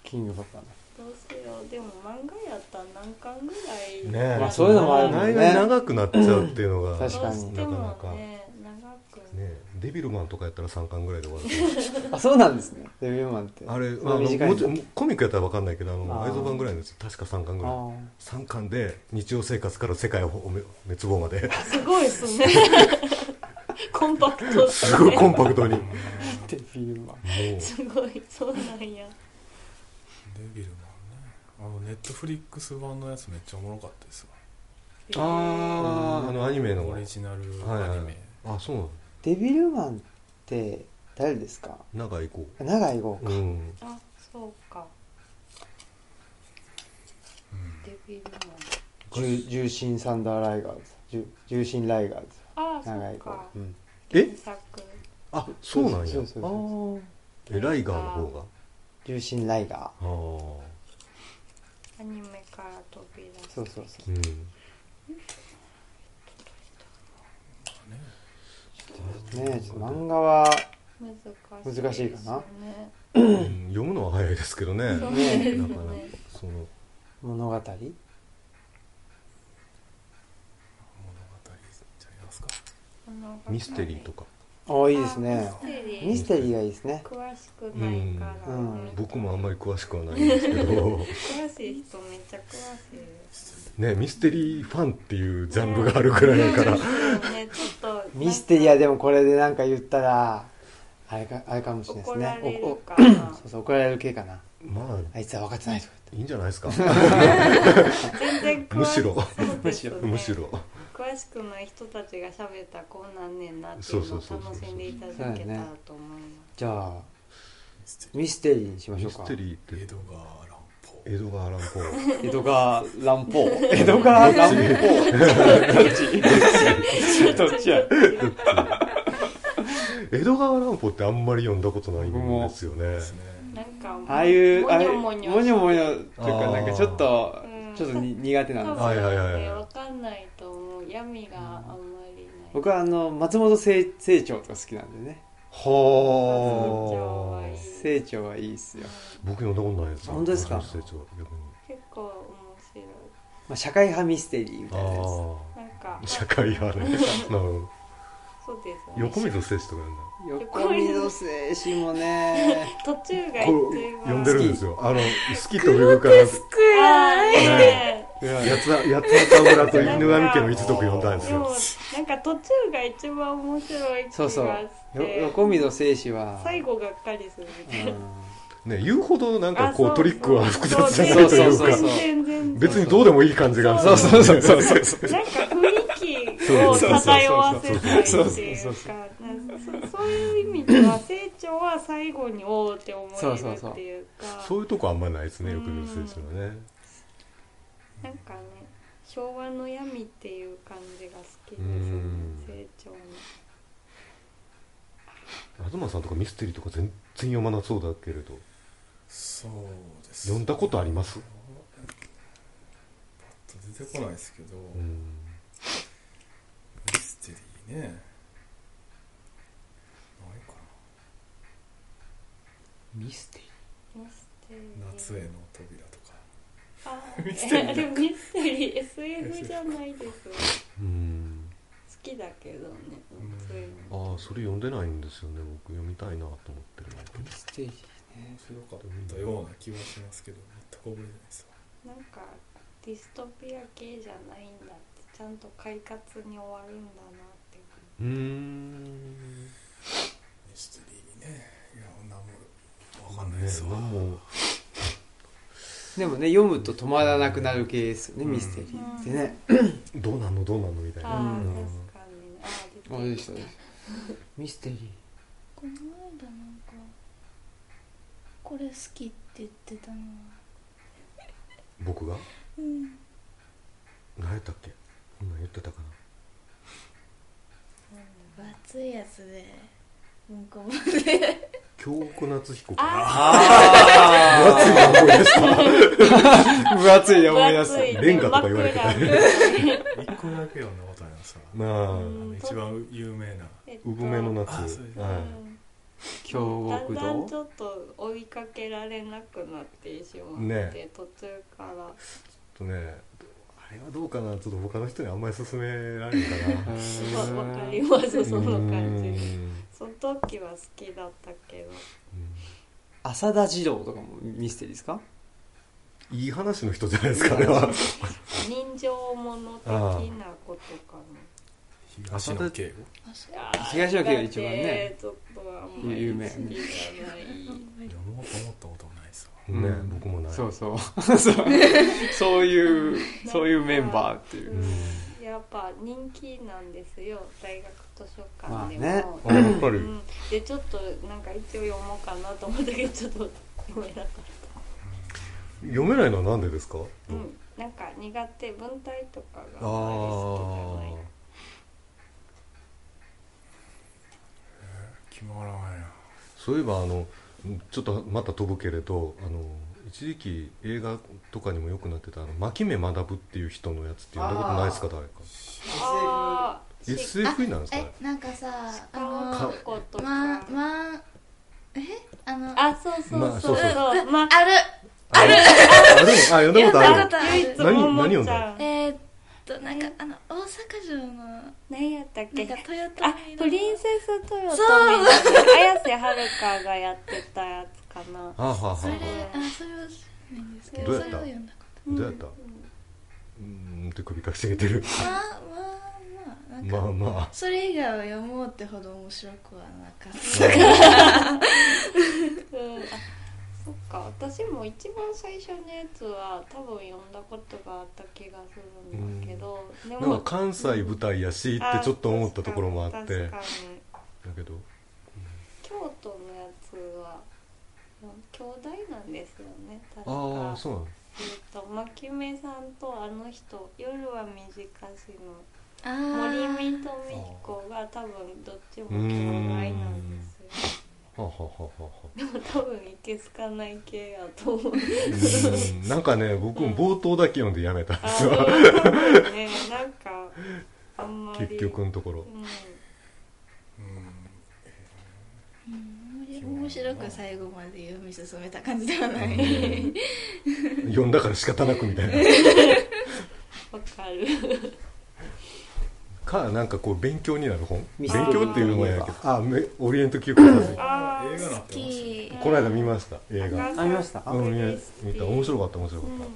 Speaker 1: キングパパの
Speaker 2: どうしようでも漫画やったら何巻ぐらい
Speaker 4: ねえ
Speaker 1: まあそういうのもあるもん
Speaker 4: 内
Speaker 1: ね
Speaker 4: 容長くなっちゃうっていうのが
Speaker 1: 確か
Speaker 2: どう
Speaker 1: に
Speaker 2: してもね
Speaker 4: なかなか
Speaker 2: 長く、
Speaker 4: ねデビルマンとかやったら3巻ぐらいで終 わる
Speaker 1: あそうなんですねデビューマンって
Speaker 4: あれあ
Speaker 1: まあ
Speaker 4: の
Speaker 1: 短い
Speaker 4: もうちょもうコミックやったら分かんないけどあの
Speaker 1: あー
Speaker 4: 愛蔵版ぐらいのやつ確か3巻ぐらい
Speaker 1: あ
Speaker 4: 3巻で日常生活から世界を滅亡まで
Speaker 2: すごいっすね コンパクトっ
Speaker 4: す
Speaker 2: す
Speaker 4: ごいコ
Speaker 2: ね
Speaker 4: ンパク トにも
Speaker 1: ーデビューマン
Speaker 4: う
Speaker 2: すごいそうなんや
Speaker 3: どデビルマンねあのネットフリックス版のやつめっちゃおもろかったですわ
Speaker 4: あーあのアニメの
Speaker 3: オリジナルアニメ、
Speaker 4: はいはいあそうなの
Speaker 1: デビルマンって誰ですか
Speaker 4: 長いこ
Speaker 1: 長井豪
Speaker 4: ううん
Speaker 2: あそうか
Speaker 3: うん
Speaker 2: デビルマン
Speaker 1: 重重心サンダーライガーズ重重心ライガーズ
Speaker 2: あそ
Speaker 1: 長井
Speaker 2: う
Speaker 1: 豪
Speaker 2: か、
Speaker 1: うん、
Speaker 4: え
Speaker 2: 原作
Speaker 4: あそうなんや
Speaker 1: そうそうそうそう
Speaker 4: あーえライガーの方が
Speaker 1: 重心ライガ
Speaker 4: ああ
Speaker 2: アニメから飛び出
Speaker 1: ー
Speaker 2: す
Speaker 1: そうそうそう
Speaker 4: うん
Speaker 1: ねえちょっと漫画は
Speaker 2: 難しい、
Speaker 1: 難しいかな
Speaker 2: ね
Speaker 4: うん読むのは早いですけ どね
Speaker 2: そう
Speaker 1: ね
Speaker 2: ですね
Speaker 4: なかなかその
Speaker 1: 物語
Speaker 3: 物語じゃあやりますか
Speaker 2: 物語
Speaker 4: ミステリーとか
Speaker 1: ああいいですね
Speaker 2: あミステリー
Speaker 1: ミステリーがいいですね
Speaker 2: 詳しくないから、
Speaker 1: うんうん
Speaker 4: 僕もあんまり詳しくはないんです けど
Speaker 2: 詳しい人めっちゃ詳しいよ
Speaker 4: ねミステリーファンっていうジャンルがあるくらい だから
Speaker 2: そうねちょっと
Speaker 1: ミステリア
Speaker 2: で
Speaker 1: でもこれでなんか言ったらあれかあれかもしれないです
Speaker 2: 怒
Speaker 1: ね
Speaker 2: られ
Speaker 1: お
Speaker 2: る
Speaker 1: お
Speaker 2: から
Speaker 1: そうそう怒られる系かな
Speaker 4: まあ
Speaker 1: あいつは分かってないとか
Speaker 4: いいんじゃないで すか
Speaker 2: 全然詳し
Speaker 4: むしろ
Speaker 2: そうですね
Speaker 4: むしろ
Speaker 2: 詳しくない人たちが喋ったらこうなんねんなってい
Speaker 4: そう
Speaker 2: うの
Speaker 4: そうそう
Speaker 2: を
Speaker 4: そう
Speaker 2: 楽しんでいただけたらと思いま
Speaker 1: じゃあ
Speaker 3: ミステリ
Speaker 1: ミステリーにしましょ
Speaker 4: ミ
Speaker 1: うか
Speaker 4: ステリーっ
Speaker 3: ーエ
Speaker 4: て
Speaker 3: ドガー・アランポー
Speaker 4: 江戸川乱歩
Speaker 1: 江戸川 乱歩江戸川乱歩どっち どっちや
Speaker 4: 江戸川乱歩ってあんまり読んだことないんですよね
Speaker 3: ですね
Speaker 2: すなんかも
Speaker 1: ああいう
Speaker 2: も
Speaker 1: あ
Speaker 2: に
Speaker 1: れ
Speaker 2: ょも
Speaker 1: も
Speaker 2: に
Speaker 1: に
Speaker 2: ょ
Speaker 1: ょもにょというか
Speaker 4: あー
Speaker 1: なんかちょっと
Speaker 2: うん
Speaker 1: ちょっとに苦手
Speaker 2: 多
Speaker 1: なんです
Speaker 2: 分
Speaker 1: よ
Speaker 4: はいはいはいはい
Speaker 2: ねわかんないと思う闇があんまりない
Speaker 1: 僕はあの松本清清張とか好きなんでね
Speaker 4: はあ
Speaker 1: 清張はいいっすよ、
Speaker 4: 僕読んだことないです
Speaker 1: 本当ですか
Speaker 4: 成長逆に
Speaker 2: 結構面白い
Speaker 1: まあ、社会派ミステリーみ
Speaker 4: あ
Speaker 1: たいなやつ
Speaker 2: なんか
Speaker 4: ー社会派ねなるほど
Speaker 2: そうですね
Speaker 4: 横溝正史とか読んだ
Speaker 1: 横溝正史も ね
Speaker 2: 途中が一
Speaker 4: これ
Speaker 2: 番
Speaker 4: 読んでるんですよあの好きというか
Speaker 2: あーね
Speaker 4: ややつやつの田村と犬神家の一族呼んだんです
Speaker 2: でも
Speaker 4: よ
Speaker 2: なんか途中が一番面白い気がして
Speaker 1: そうそうよ横溝静止は
Speaker 2: 最後がっかりするみたいな
Speaker 4: ね言うほどなんかこ
Speaker 2: あそう
Speaker 4: トリックは複雑じゃない
Speaker 1: そう
Speaker 4: というか
Speaker 1: そうそうそう
Speaker 2: 全然全然
Speaker 4: 別にどうでもいい感じが
Speaker 1: そうそうそうそうそう
Speaker 2: なんか雰囲気を漂わせたいっていう
Speaker 3: そうそうそうそうそうそう
Speaker 2: かなんかそそういう意味では成長は最後におおって思えるっていうか
Speaker 4: そういうとこあんまないですね抑揚性っていうのはね
Speaker 2: なんかね昭和の闇っていう感じが好きです
Speaker 4: う
Speaker 2: ね
Speaker 4: ん
Speaker 2: 成長の
Speaker 4: 東さんとかミステリーとか全然読まなそうだけれど
Speaker 3: そうです
Speaker 4: 読んだことあります
Speaker 3: パッと出てこないですけど、
Speaker 4: う
Speaker 3: ミ
Speaker 4: ん
Speaker 3: ステリーねないか
Speaker 1: ミステリ
Speaker 2: ミステリ
Speaker 3: な
Speaker 2: ー
Speaker 3: 夏への扉とか
Speaker 2: あ
Speaker 3: ミステリー
Speaker 2: えあれミステリー SF じゃないです好
Speaker 4: うん
Speaker 2: きだけどね
Speaker 3: うん
Speaker 2: そういうの
Speaker 4: ああそれ読んでないんですよね僕読みたいなと思ってるんだけ
Speaker 1: ーミステリーね
Speaker 3: 白かったような気はしますけど全く覚えてないですわ
Speaker 2: なんかディストピア系じゃないんだってちゃんと快活に終わるんだなっていう
Speaker 4: どうーん
Speaker 3: ミステリーにねいや何もわ
Speaker 4: わ
Speaker 3: かんないですわ、
Speaker 4: ねもう
Speaker 1: でもね読むと止まらなくなる系ですよね、
Speaker 3: うん
Speaker 1: ミステリーってね、
Speaker 4: どうなんのどうなんのみたい
Speaker 2: ああ
Speaker 4: な
Speaker 2: ー
Speaker 1: うん
Speaker 2: 確かにねあー
Speaker 1: あ
Speaker 2: 出
Speaker 1: で
Speaker 2: て
Speaker 1: した
Speaker 2: きた
Speaker 1: でしたミステリー
Speaker 5: この間なんかこれ好きって言ってたのは
Speaker 4: 僕が
Speaker 5: うん
Speaker 4: 何やったっけこんなん言ってたかな
Speaker 5: 分厚いやつでうんこまで
Speaker 4: 京極夏彦かな
Speaker 1: あ
Speaker 4: 分厚いな思い出した
Speaker 1: あ 分厚いで思い出
Speaker 2: 分厚い
Speaker 1: す
Speaker 2: ね
Speaker 4: レンガとか言われてた
Speaker 2: 枕
Speaker 3: 一個だけ読んだことありますわ
Speaker 4: なあ
Speaker 3: あの一番有名な
Speaker 2: えっと
Speaker 4: 産めの夏
Speaker 3: あそうです
Speaker 4: は
Speaker 1: 京
Speaker 2: だん
Speaker 1: 極
Speaker 2: だんち
Speaker 1: 堂
Speaker 2: ょっと追いかけられなくなってしまって、
Speaker 4: ね
Speaker 2: 途中から
Speaker 4: いとねあれはどうかなちょっと他の人にあんまり勧められるかな
Speaker 2: わわかりますその感
Speaker 4: うー
Speaker 2: じ
Speaker 4: ん
Speaker 2: その時は好きだったけど
Speaker 1: 浅田二郎とかもミステリーですか
Speaker 4: うんいい話の人じゃないですかあれは
Speaker 2: 人情もの的なことか
Speaker 3: 東野圭吾
Speaker 5: あそう
Speaker 2: な
Speaker 1: 東野圭が一番ね
Speaker 2: だってちょっとあんまり
Speaker 1: 有名
Speaker 2: 好きじゃない
Speaker 3: 読もうと思ったこともないですわ
Speaker 4: ね僕もない
Speaker 1: そうそう そうそういうそういうメンバーっていう、
Speaker 2: うんやっぱ人気なんですよ大学図書館でも、
Speaker 4: あやっぱ
Speaker 2: う
Speaker 4: り
Speaker 2: ん、でちょっとなんか一応読もうかなと思ったけどちょっと読めなかった
Speaker 4: 読めないのはなんでですか
Speaker 2: うん、なんか苦手文体とかがあんまり
Speaker 4: あ
Speaker 2: 好きじゃない
Speaker 4: あ
Speaker 3: 決まらないな
Speaker 4: そういえばあのちょっとまた飛ぶけれどあの一時期映画とかにもよくなってたあの牧目学ぶっていう人のやつって読んだことないですか誰か
Speaker 2: あー
Speaker 4: SF になるんですかね
Speaker 5: えなんかさあ
Speaker 2: 韓
Speaker 5: の
Speaker 2: 国とか、
Speaker 5: ままえあの
Speaker 2: あそうそうそう、
Speaker 4: まあそうそう
Speaker 2: そうまあ
Speaker 5: ある
Speaker 4: あるあるあ読んだこと
Speaker 5: 読
Speaker 4: あ
Speaker 5: ん
Speaker 4: る
Speaker 5: だことあ
Speaker 2: 唯一
Speaker 5: る
Speaker 2: ももちゃん
Speaker 4: 何何読んだ
Speaker 5: えーっとなんかあの大阪城のなんか
Speaker 2: 何やったっけ
Speaker 5: 豊
Speaker 2: あ
Speaker 5: 臣の
Speaker 2: プリンセス豊臣
Speaker 5: そう
Speaker 2: だね綾瀬はるかがやってたやつかな
Speaker 4: あははは
Speaker 5: それあそれは知らないんですけ
Speaker 4: ど
Speaker 5: ど
Speaker 4: うやっ
Speaker 5: それ
Speaker 4: た
Speaker 5: を読んだこと
Speaker 4: どうやったうーんって首かしげてる
Speaker 5: あまあまあなんか、
Speaker 4: まあまあ
Speaker 5: それ以外は読もうってほど面白くはなかったか
Speaker 2: うんあそっか私も一番最初のやつは多分読んだことがあった気がするんだけど、で
Speaker 4: なんか関西舞台やしってちょっと思ったところもあっ
Speaker 2: 確
Speaker 4: て
Speaker 2: かに
Speaker 4: だ
Speaker 2: 確かに
Speaker 4: けど
Speaker 2: 京都のやつは兄弟なんですよね確か
Speaker 4: ああそうなの
Speaker 2: えっと牧目さんとあの人「夜は短し」の
Speaker 5: ら
Speaker 2: 森
Speaker 5: あ
Speaker 2: 見と美彦が多分どっちも兄弟なんですよ
Speaker 4: ははははは
Speaker 2: でも多分いけすかない系やと思う
Speaker 4: うんなんかね僕も冒頭だけ読んでやめたんで
Speaker 2: あ
Speaker 4: すよ
Speaker 2: の多分ねなんかあんまり
Speaker 4: 結局のところ
Speaker 2: うん
Speaker 3: うん
Speaker 5: ー面白く最後まで読み進めた感じではない、
Speaker 4: 読んだから仕方なくみたいな
Speaker 2: わかる
Speaker 4: かなんかこう勉強になる本
Speaker 1: ミ
Speaker 4: 勉
Speaker 1: ステリー
Speaker 4: 強っていうのはやけどあめオリエント急行です
Speaker 2: あ
Speaker 3: 映画な
Speaker 2: ー
Speaker 3: っ
Speaker 5: 好
Speaker 3: てますよ
Speaker 5: き
Speaker 4: この間見ました映画
Speaker 1: ありました
Speaker 4: うん見ま見た面白かった面白か
Speaker 2: う
Speaker 4: っ
Speaker 2: んう
Speaker 4: た
Speaker 2: ん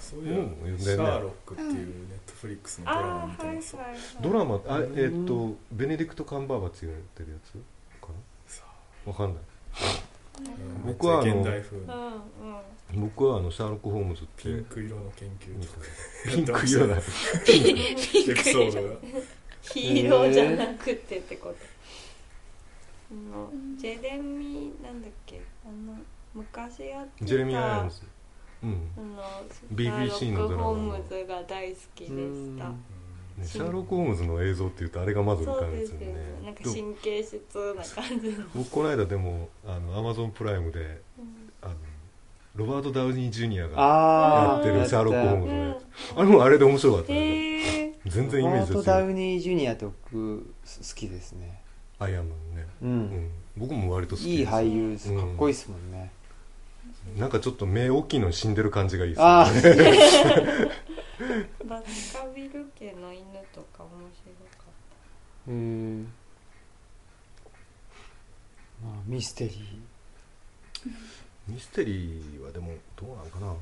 Speaker 3: そそういや
Speaker 4: うん呼んでんね
Speaker 3: シャーロックっていうネットフリックスのドラマ
Speaker 2: あ
Speaker 3: み
Speaker 2: あ
Speaker 3: た
Speaker 2: はいいは
Speaker 3: ないの
Speaker 2: はい
Speaker 3: さ
Speaker 4: ドラマあえっ
Speaker 1: う、ん
Speaker 4: とベネディクト・カンバーバッチがやってるやつか
Speaker 3: さ
Speaker 4: なわかんない
Speaker 3: うん
Speaker 4: 僕はあの
Speaker 3: めっちゃ現代風
Speaker 2: うんうん
Speaker 4: 僕はあのシャーロック・ホームズって
Speaker 3: ピンク色の研究とか
Speaker 4: ピンク色だ
Speaker 2: ピ
Speaker 3: エピソードが
Speaker 2: 黄色じゃなくてってこと、あのジェレミーなんだっけあの昔やってた
Speaker 4: ジェレミー・アイアンズうん
Speaker 2: あの
Speaker 4: BBC の
Speaker 2: シャーロック
Speaker 4: ドラマ
Speaker 2: ホームズが大好きでした
Speaker 4: ねシャーロック・ホームズの映像っていうとあれがまず浮
Speaker 2: そ
Speaker 4: か
Speaker 2: う
Speaker 4: ぶん
Speaker 2: で
Speaker 4: です
Speaker 2: す
Speaker 4: よ
Speaker 2: よ
Speaker 4: ね
Speaker 2: ねなんか神経質な 感じの、
Speaker 4: 僕この間でもあのアマゾンプライムで
Speaker 2: うん
Speaker 4: あのロバート・ダウニー・ジュニアが
Speaker 1: あ
Speaker 4: やっ
Speaker 1: あ
Speaker 4: てるシャーロック・ホーム
Speaker 2: う
Speaker 4: ズのや
Speaker 2: ん
Speaker 4: つあれもあれで面白かったね
Speaker 2: へえ
Speaker 4: 全然イメージ
Speaker 1: ロバート・
Speaker 4: と
Speaker 1: ダ
Speaker 4: 違う
Speaker 1: ウニー・ジュニアって僕す好きですね
Speaker 4: アイアンマンね、
Speaker 1: う、
Speaker 4: うんん、僕も割と好き
Speaker 1: いい俳優です
Speaker 4: うん
Speaker 1: かっこいいですもんね、
Speaker 4: なんかちょっと目大きいのに死んでる感じがいいです
Speaker 1: ああ
Speaker 4: ね
Speaker 2: バスカビル家の犬とか面白かっ
Speaker 1: うんまあミステリー
Speaker 4: ミステリーはでもどうなのかな
Speaker 5: 面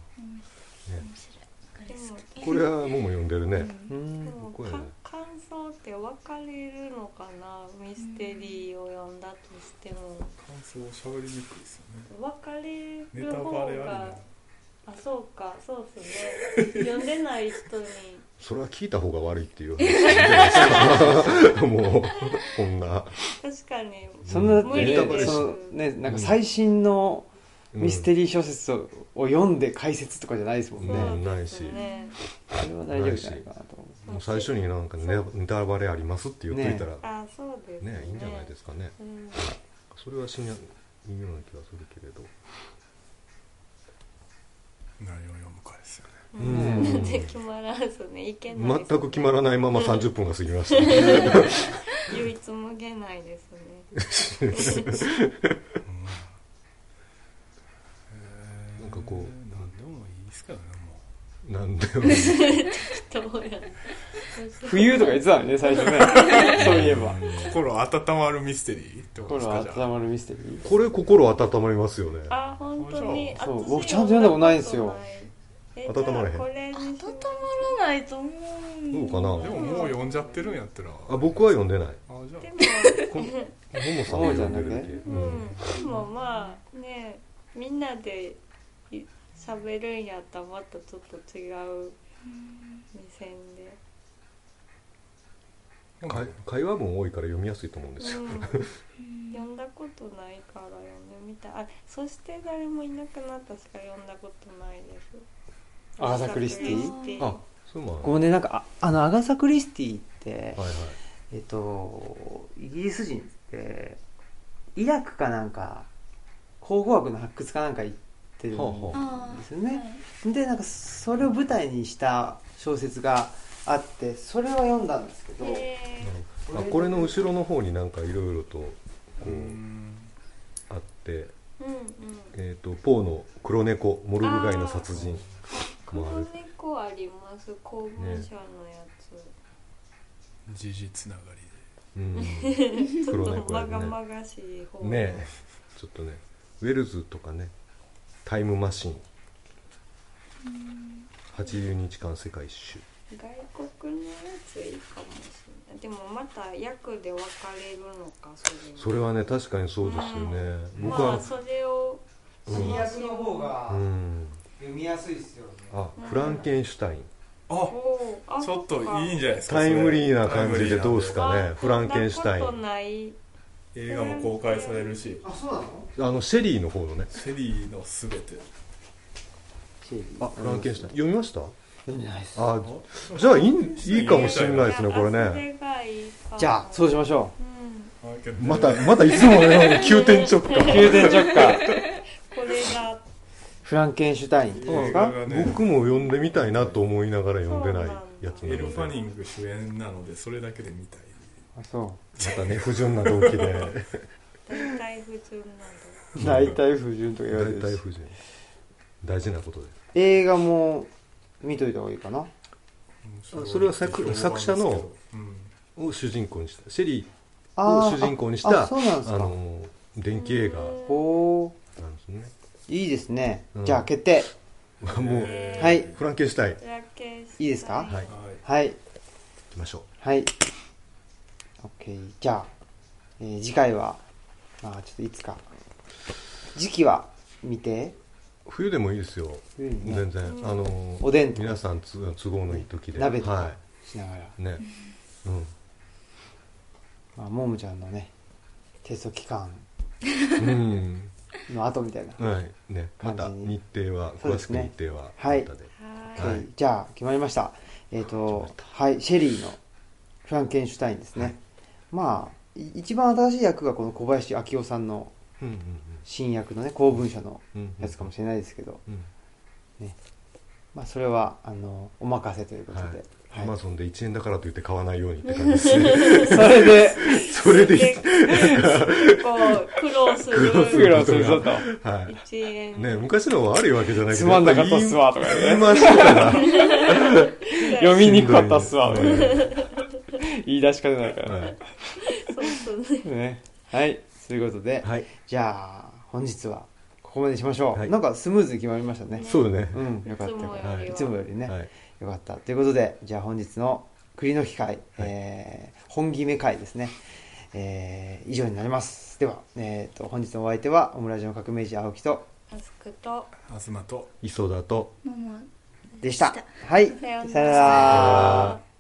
Speaker 5: 白い
Speaker 2: たで
Speaker 5: 面白いこれ
Speaker 2: も
Speaker 5: 好
Speaker 4: これはもも読んでるね、
Speaker 5: き
Speaker 1: う
Speaker 2: で
Speaker 1: ん
Speaker 2: も
Speaker 4: これ
Speaker 2: か感想って分かれるのかなミステリーを読んだとしても
Speaker 3: 感想をしゃべりにくいですよね
Speaker 2: 分かれ
Speaker 3: ネ
Speaker 2: る
Speaker 3: タ
Speaker 2: 方
Speaker 3: バレあ
Speaker 2: が
Speaker 3: るね
Speaker 2: あそうかそうっすね読んでない人に
Speaker 4: それは聞いた方が悪いっていう話じゃないですか もうこんな、
Speaker 2: 確かに
Speaker 1: そんなだっ
Speaker 2: 無
Speaker 1: て
Speaker 2: 理
Speaker 1: ね
Speaker 2: です
Speaker 1: そのねなんか最新のミステリー小説をを読んで解説とかじゃないですもんね、
Speaker 4: うん
Speaker 2: そう
Speaker 4: ない
Speaker 2: で
Speaker 4: し
Speaker 2: すね
Speaker 1: それは大丈夫じゃないかなと思う
Speaker 4: もう最初になんかネネタバレありますって言っといたら
Speaker 2: あそうです
Speaker 4: ねいいんじゃないですすかね
Speaker 2: うん
Speaker 4: それはしないいいような気がするけれど
Speaker 3: 何を読むかですよね
Speaker 1: うん
Speaker 2: うんで決まらずねいけない
Speaker 4: 全く決まら
Speaker 2: い
Speaker 4: ないまま30分が過ぎました
Speaker 2: 唯一無限ないですね
Speaker 3: うんえー
Speaker 4: なんかこう
Speaker 3: なんでもいいですからねも
Speaker 4: なんで
Speaker 2: どうや
Speaker 1: 冬とか言ってたのね最 初ねそういえば
Speaker 3: う心温まるミステリーってことです
Speaker 1: 心
Speaker 3: かじゃあ
Speaker 1: 温まるミステリー
Speaker 4: これ心温まりますよね
Speaker 2: あ本当に
Speaker 1: そう
Speaker 2: 私
Speaker 1: 僕ちゃんと読んだことないんですよ
Speaker 2: え
Speaker 4: 温まらへん
Speaker 2: じゃあこれにしよう
Speaker 5: 温まらないと思う
Speaker 4: ど
Speaker 5: ん
Speaker 4: うかな
Speaker 3: でももう読んじゃってるんやったら
Speaker 4: あ僕は読んでない
Speaker 3: あじゃ
Speaker 2: で
Speaker 3: あ
Speaker 2: も
Speaker 4: こももさんは読んでるだけ
Speaker 1: そう
Speaker 4: うん
Speaker 2: んでもまあねみんなでい喋るんやったらまたちょっと違う目線で、
Speaker 4: 会会話文多いから読みやすいと思うんですよ
Speaker 2: うん、
Speaker 5: うん
Speaker 2: 読んだことないから読んでみたいあそして誰もいなくなったしか読んだことないです
Speaker 1: アガサ・クリステ
Speaker 2: アガ
Speaker 1: ィ
Speaker 2: サクリステ
Speaker 4: あそうなの
Speaker 1: こうねなんかああのアガサ・クリスティって、
Speaker 4: はいはい
Speaker 1: えっとイギリス人ってイラクかなんか考古学の発掘かなんか行ってるん
Speaker 4: ほうほ
Speaker 5: あ
Speaker 1: です
Speaker 5: ー
Speaker 1: よね、
Speaker 5: はい
Speaker 1: でなんかそれを舞台にした小説があってそれは読んだんですけど、
Speaker 2: へ
Speaker 4: あこれの後ろの方になんかいろいろとこう
Speaker 3: うん
Speaker 4: あって、
Speaker 2: ーうんうん
Speaker 4: えー、とポーの「黒猫モルグ街の殺人
Speaker 2: 黒猫あります公文社のやつ、
Speaker 3: 時事つながり」
Speaker 4: うん、
Speaker 2: ちょっ
Speaker 4: 黒
Speaker 2: と
Speaker 4: 猫や
Speaker 2: ま
Speaker 4: ね
Speaker 2: がまがしい方
Speaker 4: ねえちょっとねウェルズとかね「タイムマシン」80日間世界一周
Speaker 2: 外国のやついいかもしれないでもまた役で分かれるのかそれは
Speaker 4: それはね確かにそうですよね、
Speaker 1: うん
Speaker 4: 僕
Speaker 2: まあ
Speaker 4: は、
Speaker 2: それを
Speaker 4: うん
Speaker 1: 新訳の方が
Speaker 4: うん
Speaker 1: 読みやすいですよね、
Speaker 4: あフランケンシュタイン
Speaker 3: あ
Speaker 2: おーあ
Speaker 3: ちょっといいんじゃないですか
Speaker 4: タイムリーな感じでどうす
Speaker 2: そっ
Speaker 4: かね
Speaker 2: あ
Speaker 4: フランケンシュタイン
Speaker 2: そんなことない
Speaker 3: 映画も公開されるし
Speaker 1: あそうなの
Speaker 4: あのシェリーの方のね
Speaker 3: シェリーのすべて
Speaker 4: あフランケンシュタイン読みました
Speaker 1: 読んでないです
Speaker 4: あじゃあいいいいかもしれないですねこれ
Speaker 2: あそ
Speaker 4: ね
Speaker 2: れがいいかも
Speaker 1: じゃあそうしましょ
Speaker 2: うん
Speaker 4: またまたいつものように急転直
Speaker 1: う
Speaker 4: 下
Speaker 1: 宮殿直下
Speaker 2: これが
Speaker 1: フランケンシュタインっていうんですか
Speaker 3: 映画がね
Speaker 4: 僕も読んでみたいなと思いながら読んでないやつ
Speaker 3: エ
Speaker 4: なので
Speaker 3: ル・ファニ
Speaker 4: ま
Speaker 3: ング主演なのでそれだけで見たい
Speaker 1: あそ
Speaker 4: たね不純な動 機で
Speaker 2: 大体普通なんだ
Speaker 1: う大体不純とか言われ
Speaker 4: 大
Speaker 1: て
Speaker 4: 体
Speaker 1: るし
Speaker 4: 不純大事なことで
Speaker 1: 映画も見といた方がいいかな
Speaker 4: あそれは作作者の、
Speaker 3: うん、
Speaker 4: を主人公にしたシェリ
Speaker 1: あー
Speaker 4: を主人公にし
Speaker 1: あ
Speaker 4: た
Speaker 1: あそうなんです
Speaker 4: ーあ
Speaker 1: か
Speaker 4: の電気映画
Speaker 1: おー
Speaker 4: なんですね
Speaker 1: いいですね、
Speaker 4: うん
Speaker 1: じゃあ決定
Speaker 4: うもう
Speaker 2: えー
Speaker 1: はい
Speaker 4: フランケンシュタイン行
Speaker 2: フランケンシュタイ
Speaker 1: い
Speaker 2: ン
Speaker 1: いですか
Speaker 2: は
Speaker 4: はいい
Speaker 3: はい
Speaker 1: はい。
Speaker 4: きましょう
Speaker 1: はい。OK。じゃあ、えー次回は、まあ、ちょっといつか。時期は見て。
Speaker 4: 冬でもいいですよ
Speaker 1: 冬にね
Speaker 4: 全然
Speaker 2: うん
Speaker 4: あの
Speaker 1: おでんと
Speaker 4: 皆さんつ都合のいい時で
Speaker 1: 鍋とか
Speaker 4: は
Speaker 1: しながら。
Speaker 4: いねうん
Speaker 1: まあ、ももちゃんのね、テスト期間
Speaker 4: うん
Speaker 1: の後みたいな。
Speaker 4: はいねまた
Speaker 1: 感じに
Speaker 4: 日程は
Speaker 1: そうで
Speaker 4: 詳
Speaker 1: す
Speaker 4: しく
Speaker 1: ね
Speaker 4: 日程は
Speaker 1: はい
Speaker 4: またで
Speaker 2: は
Speaker 4: は
Speaker 1: OK
Speaker 4: い
Speaker 1: じゃあ、決まりました。えっ、と、はい、シェリーのフランケンシュタインですね。
Speaker 4: はい
Speaker 1: まあ、い一番新しい役がこの小林明夫さんの
Speaker 4: うんうん
Speaker 1: 新役のね、公文書の
Speaker 4: うんうん
Speaker 1: やつかもしれないですけど、
Speaker 4: うん
Speaker 1: まあ、それは、あの、お任せということで。
Speaker 4: ア
Speaker 1: はい
Speaker 4: マゾンで1円だからといって買わないようにって感じですね
Speaker 1: それで、
Speaker 4: それで
Speaker 2: 結構苦労する
Speaker 1: 苦労するぞと。
Speaker 4: はい
Speaker 2: 一円
Speaker 4: ね昔のは悪いわけじゃないけ
Speaker 1: つ
Speaker 4: ど
Speaker 1: まんなかったっすわ、とかね。
Speaker 4: 言いましたから
Speaker 1: 読みにくかったっすわ、と
Speaker 4: し
Speaker 1: か
Speaker 4: んどい
Speaker 1: ね
Speaker 4: ね
Speaker 1: 言い出しか出ないから
Speaker 4: は
Speaker 1: ね
Speaker 4: い。
Speaker 2: そうそうね
Speaker 1: ねはい、ということで、
Speaker 4: はい
Speaker 1: じゃあ、本日はここまでにしましょ
Speaker 4: は
Speaker 1: う。
Speaker 4: い
Speaker 1: なんかスムーズに決まりましたね。
Speaker 4: そうね
Speaker 1: うん、よかったよかった。
Speaker 4: い
Speaker 1: いつもよりね、
Speaker 4: はい
Speaker 1: よかった。ということで、じゃあ本日の栗の木会、えー本決め会ですね。えー以上になります。では、えーと、本日のお相手は、オムラジオの革命児青木と、
Speaker 2: マスクと
Speaker 3: 東と
Speaker 4: 磯田と
Speaker 5: ママ
Speaker 1: でした。はい、
Speaker 2: さよう
Speaker 1: さ
Speaker 2: な
Speaker 1: よな
Speaker 2: ら
Speaker 1: ら。